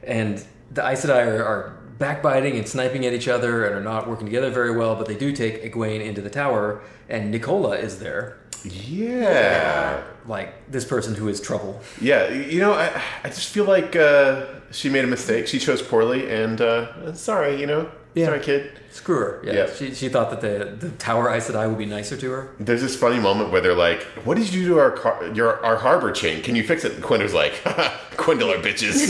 And the Aes Sedai are, are backbiting and sniping at each other and are not working together very well, but they do take Egwene into the tower, and Nicola is there.
yeah.
Like this person who is trouble.
Yeah. You know, I I just feel like uh, she made a mistake. She chose poorly, and uh, sorry. You know.
Yeah.
Sorry, kid.
Screw her. Yeah.
Yeah.
She, she thought that the, the tower Aes Sedai would be nicer to her.
There's this funny moment where they're like, "What did you do to our car- your our harbor chain? Can you fix it?" And Quinder's like, "Quindle are bitches.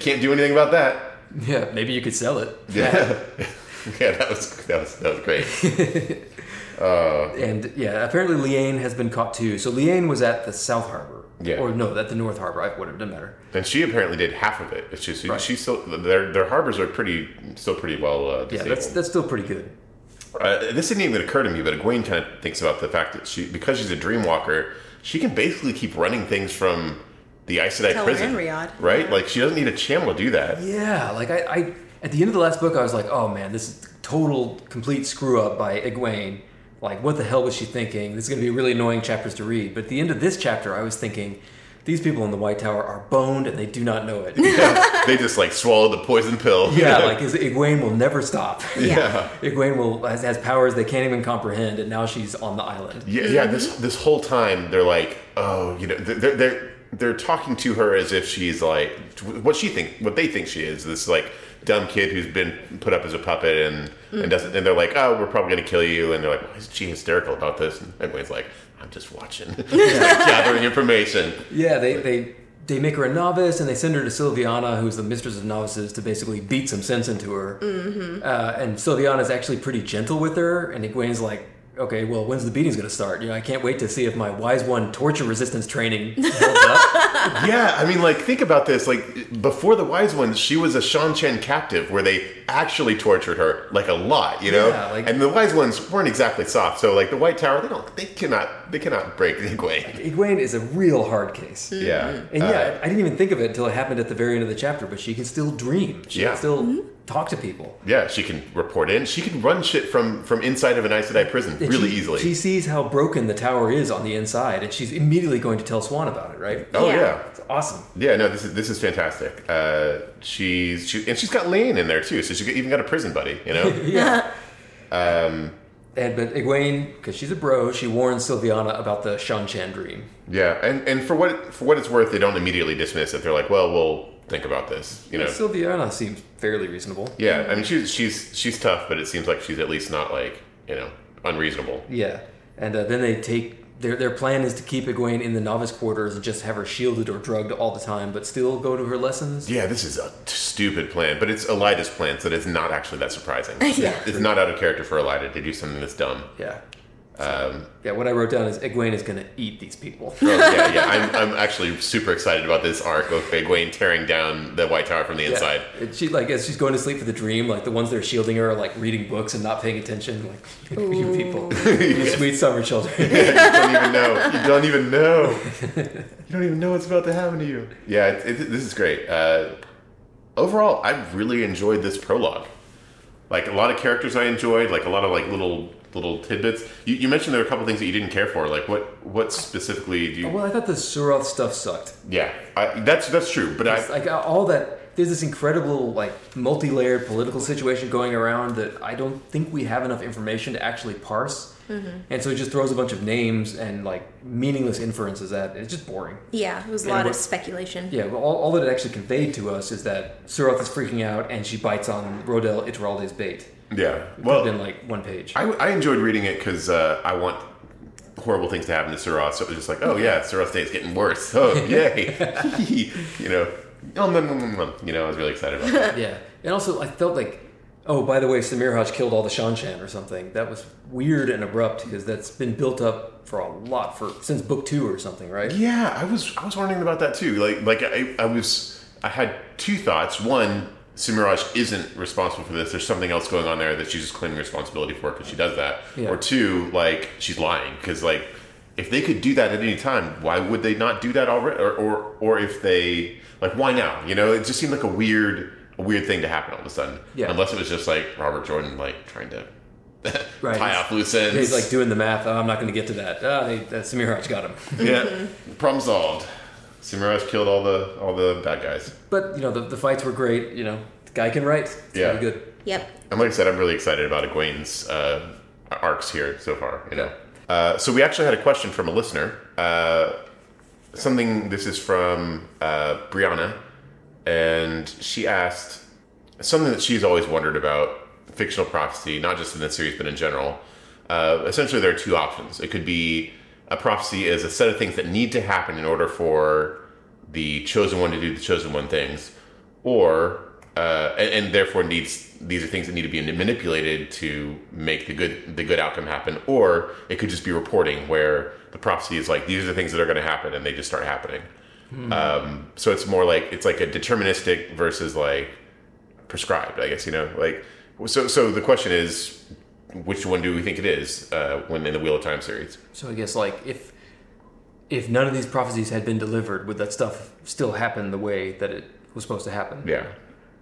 Can't do anything about that."
Yeah. Maybe you could sell it.
Yeah, yeah, that was that was that was great.
And yeah, apparently Liane has been caught too. So Liane was at the South Harbor.
Yeah.
Or no, at the North Harbor. I whatever, doesn't matter.
And she apparently did half of it. It's just
Right.
she's still their their harbors are pretty still pretty well uh,
Yeah,
disabled.
that's that's still pretty good.
Uh, this didn't even occur to me, but Egwene kind of thinks about the fact that she because she's a dream walker, she can basically keep running things from the Aes Sedai
Tell her
prison,
and Riyadh.
right? Like she doesn't need a channel to do that.
Yeah, like I, I at the end of the last book, I was like, oh man, this is total complete screw up by Egwene. Like, what the hell was she thinking? This is going to be really annoying chapters to read. But at the end of this chapter, I was thinking, these people in the White Tower are boned and they do not know it. Yeah,
they just like swallowed the poison pill.
like is, Egwene will never stop.
yeah,
Egwene will has, has powers they can't even comprehend, and now she's on the island.
yeah, yeah. This this whole time they're like, oh, you know, they're they're they're talking to her as if she's like what she think what they think she is. This like dumb kid who's been put up as a puppet and and doesn't and they're like, oh, we're probably gonna kill you. And they're like, why is she hysterical about this? And everyone's like, I'm just watching, Just, like, gathering information.
Yeah, they they. They make her a novice, and they send her to Sylviana, who's the mistress of novices, to basically beat some sense into her. Uh, and Sylviana's actually pretty gentle with her, and Egwene's like, okay, well, when's the beating's going to start? You know, I can't wait to see if my Wise One torture resistance training holds up.
Yeah, I mean, like, think about this. Like, before the Wise One, she was a Shan Chen captive where they actually tortured her, like, a lot, you know?
Yeah, like-
and the Wise Ones weren't exactly soft. So, like, the White Tower, they don't, they cannot, they cannot break the way.
Egwene is a real hard case.
Yeah.
And
Uh,
yeah, I didn't even think of it until it happened at the very end of the chapter, but she can still dream. She
Yeah.
can still talk to people.
yeah, she can report in. She can run shit from from inside of an Aes Sedai prison
And
really
she-
easily.
She sees how broken the tower is on the inside, and she's immediately going to tell Swan about it, right?
oh,
Yeah.
yeah.
It's awesome.
Yeah, no, this is this is fantastic. Uh, she's she, and she's got Lane in there too, so she even got a prison buddy. You know,
Yeah. and but Egwene, because she's a bro, she warns Sylviana about the Shan Chan dream.
yeah, and and for what for what it's worth, they don't immediately dismiss it. They're like, well, we'll think about this. You know,
Sylviana seems fairly reasonable.
yeah. I mean, she's she's she's tough, but it seems like she's at least not like you know unreasonable.
Yeah, and uh, then they take their their plan is to keep Egwene in the novice quarters and just have her shielded or drugged all the time, but still go to her lessons.
Yeah, this is a stupid plan, but it's Elida's plan, so it's not actually that surprising.
Yeah.
it's not out of character for Elida to do something that's dumb.
Yeah,
Um,
yeah. What I wrote down is Egwene is gonna eat these people.
oh, yeah, yeah. I'm, I'm actually super excited about this arc of Egwene tearing down the White Tower from the inside.
Yeah. And She like as she's going to sleep for the dream, like the ones that are shielding her are like reading books and not paying attention. Like you people, you sweet summer children.
you don't even know. You don't even know. You don't even know what's about to happen to you. Yeah, it, it, this is great. Uh, overall, I really enjoyed this prologue. Like a lot of characters, I enjoyed. Like a lot of like little little tidbits. You, you mentioned there were a couple things that you didn't care for. Like what what specifically do you?
well, I thought the Suroth stuff sucked.
Yeah, I, that's that's true. But
It's
I
like uh, all that. There's this incredible like multi-layered political situation going around that I don't think we have enough information to actually parse.
Mm-hmm.
And so it just throws a bunch of names and like meaningless inferences at. It's just boring.
Yeah, it was a
And
lot of
what-
speculation.
Yeah, well, all, all that it actually conveyed to us is that Suroth is freaking out and she bites on Rodel Ituralde's bait.
yeah.
Well,
Well,
been like one page.
I, I enjoyed reading it because uh, I want horrible things to happen to Surat. So it was just like, oh yeah, Surat's day is getting worse. Oh yay, you know. Oh, mm, Nom, nom, nom, nom, nom. You know, I was really excited about that.
Yeah, and also I felt like, oh, by the way, Samir Hodge killed all the Shan Shan or something. That was weird and abrupt because that's been built up for a lot for since book two or something, right?
yeah, I was I was wondering about that too. Like like I, I was I had two thoughts. One, Sumiraj isn't responsible for this. There's something else going on there that she's just claiming responsibility for because she does that.
Yeah.
Or two, like she's lying because like if they could do that at any time, why would they not do that already? Or or, or if they like why now? You know, it just seemed like a weird a weird thing to happen all of a sudden.
Yeah.
Unless it was just like Robert Jordan like trying to
Right.
tie off loose ends.
He's like doing the math. Oh, I'm not going to get to that. Ah, they, that Samir Hodge got him.
yeah.
Mm-hmm.
Problem solved. Sumiraj killed all the all the bad guys.
But you know the, the fights were great. You know, the guy can write. It's
Yeah.
pretty good.
Yep.
And like I said, I'm really excited about Egwene's uh, arcs here so far. You know. Uh, so we actually had a question from a listener. Uh, something. This is from uh, Brianna, and she asked something that she's always wondered about fictional prophecy, not just in this series but in general. Uh, essentially, there are two options. It could be a prophecy is a set of things that need to happen in order for the chosen one to do the chosen one things, or uh, and, and therefore needs these are things that need to be manipulated to make the good the good outcome happen. Or it could just be reporting where the prophecy is like these are the things that are going to happen and they just start happening. Um, so it's more like it's like a deterministic versus like prescribed, I guess you know. Like so, so the question is, which one do we think it is uh, when in the Wheel of Time series?
So I guess like if if none of these prophecies had been delivered, would that stuff still happen the way that it was supposed to happen?
Yeah.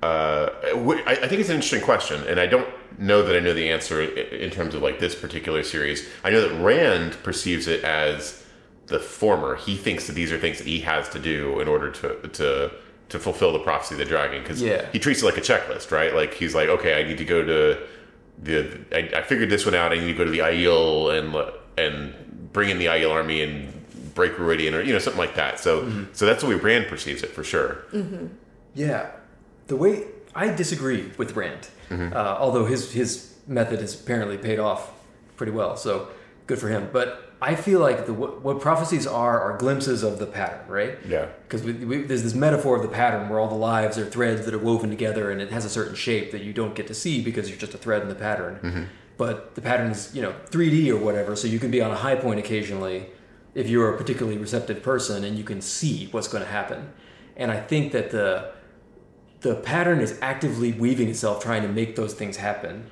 Uh, wh- I, I think it's an interesting question, and I don't know that I know the answer i- in terms of like this particular series. I know that Rand perceives it as the former. He thinks that these are things that he has to do in order to to to fulfill the prophecy of the dragon because
Yeah.
he treats it like a checklist, right? Like he's like, okay, I need to go to the I, I figured this one out. I need to go to the Aiel and le- and bring in the Aiel army and break Ruidian or you know something like that. So so that's the way Rand perceives it for sure.
Yeah, the way I disagree with Rand,
Mm-hmm.
uh, although his his method has apparently paid off pretty well, so good for him. But I feel like the what, what prophecies are are glimpses of the pattern, right?
Yeah.
Because we, we, there's this metaphor of the pattern where all the lives are threads that are woven together, and it has a certain shape that you don't get to see because you're just a thread in the pattern. but the pattern is you know 3D or whatever, so you can be on a high point occasionally if you're a particularly receptive person and you can see what's going to happen. And I think that the the pattern is actively weaving itself, trying to make those things happen.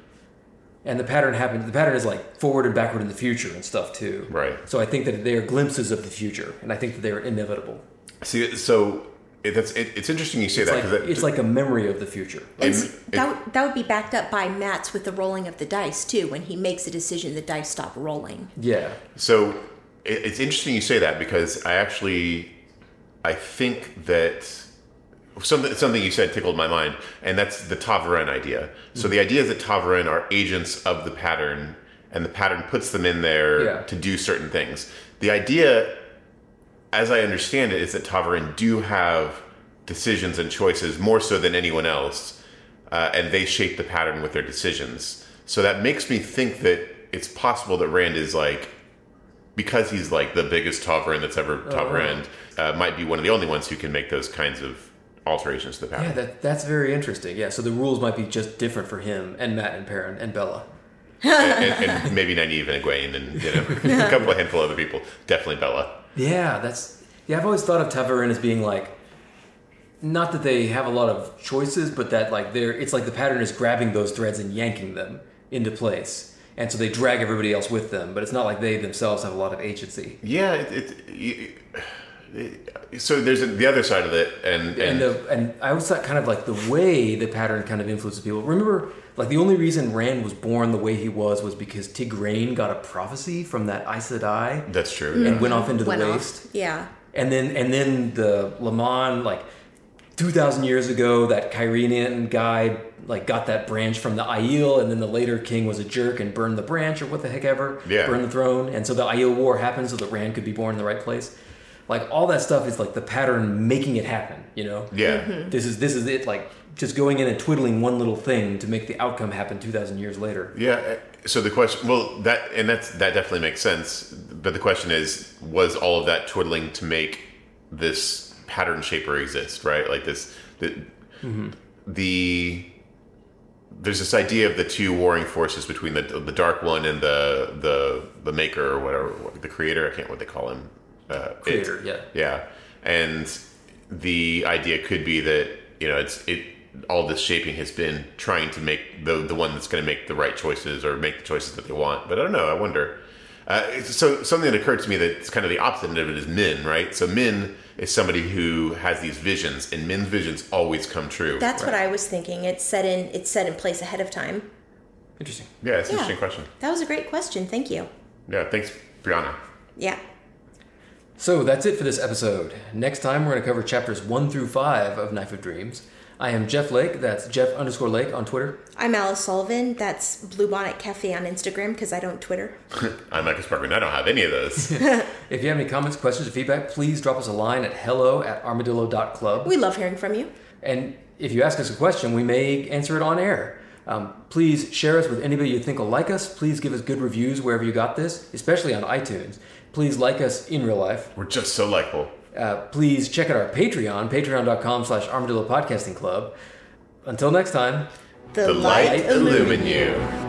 And the pattern happens. The pattern is like forward and backward in the future and stuff too.
Right.
So I think that they are glimpses of the future, and I think that they are inevitable.
See, so it, that's it, it's interesting you say
It's
that
like,
because
it's like a memory of the future.
It's, that, would- that would be backed up by Matt's with the rolling of the dice, too. When he makes a decision, the dice stop rolling.
Yeah.
So it, it's interesting you say that because I actually I think that something something you said tickled my mind, and that's the Tavarin idea. So
Mm-hmm.
the idea is that Tavarin are agents of the pattern, and the pattern puts them in there
Yeah.
to do certain things. The idea, as I understand it, is that Tavarin do have decisions and choices more so than anyone else, uh, and they shape the pattern with their decisions. So that makes me think that it's possible that Rand is like because he's like the biggest Tavarin that's ever
Oh,
Tavarin, uh, might be one of the only ones who can make those kinds of alterations to the
Yeah,
pattern.
that, that's very interesting. Yeah, so the rules might be just different for him and Matt and Perrin and Bella.
and, and, and maybe Nynaeve and Egwene and you know, a couple of handful of other people. Definitely Bella.
Yeah, that's yeah. I've always thought of Tavarin as being like, not that they have a lot of choices, but that like they're it's like the pattern is grabbing those threads and yanking them into place, and so they drag everybody else with them. But it's not like they themselves have a lot of agency.
Yeah, it, it, you- it- so there's the other side of it, and, and,
And the, and I always thought kind of like the way the pattern kind of influences people. Remember, like the only reason Rand was born the way he was was because Tigraine got a prophecy from that Aes Sedai
that's true. yeah.
and went off into the
Went
waste.
off. Yeah.
And then and then the Lamon like 2000 years ago that Kyrenian guy like got that branch from the Aiel and then the later king was a jerk and burned the branch or what the heck ever
Yeah.
burned the throne and so the Aiel war happened so that Rand could be born in the right place like all that stuff is like the pattern making it happen you know
Yeah.
this is this is it like just going in and twiddling one little thing to make the outcome happen 2000 years later
Yeah. uh, So the question, well, that and that's that definitely makes sense. But the question is, was all of that twiddling to make this pattern shaper exist, right? Like this, the, the there's this idea of the two warring forces between the the dark one and the the the maker or whatever the creator. I can't what they call him. Uh, it.
Creator, yeah.
Yeah, and the idea could be that you know it's it all this shaping has been trying to make the the one that's going to make the right choices or make the choices that they want. But I don't know. I wonder. Uh, it's- so something that occurred to me that's kind of the opposite end of it is Min, right? So Min is somebody who has these visions, and Min's visions always come true.
That's what I was thinking. It's set in it's set in place ahead of time.
interesting
yeah, it's an
Yeah.
interesting question.
That was a great question. Thank you.
Yeah, thanks, Brianna.
Yeah.
So that's it for this episode. Next time, we're going to cover chapters 1 through 5 of Knife of Dreams. I am Jeff Lake. That's Jeff underscore Lake on Twitter.
I'm Alice Sullivan. That's Bluebonnet Cafe on Instagram because I don't Twitter.
I'm Michael Sparkman. I don't have any of those.
If you have any comments, questions, or feedback, please drop us a line at hello at armadillo.club.
We love hearing from you.
And if you ask us a question, we may answer it on air. Um, please share us with anybody you think will like us. Please give us good reviews wherever you got this, especially on iTunes. Please like us in real life.
We're just so likable.
Uh, please check out our Patreon, patreon.com slash armadillo podcasting club. Until next time.
The,
The light illumine you.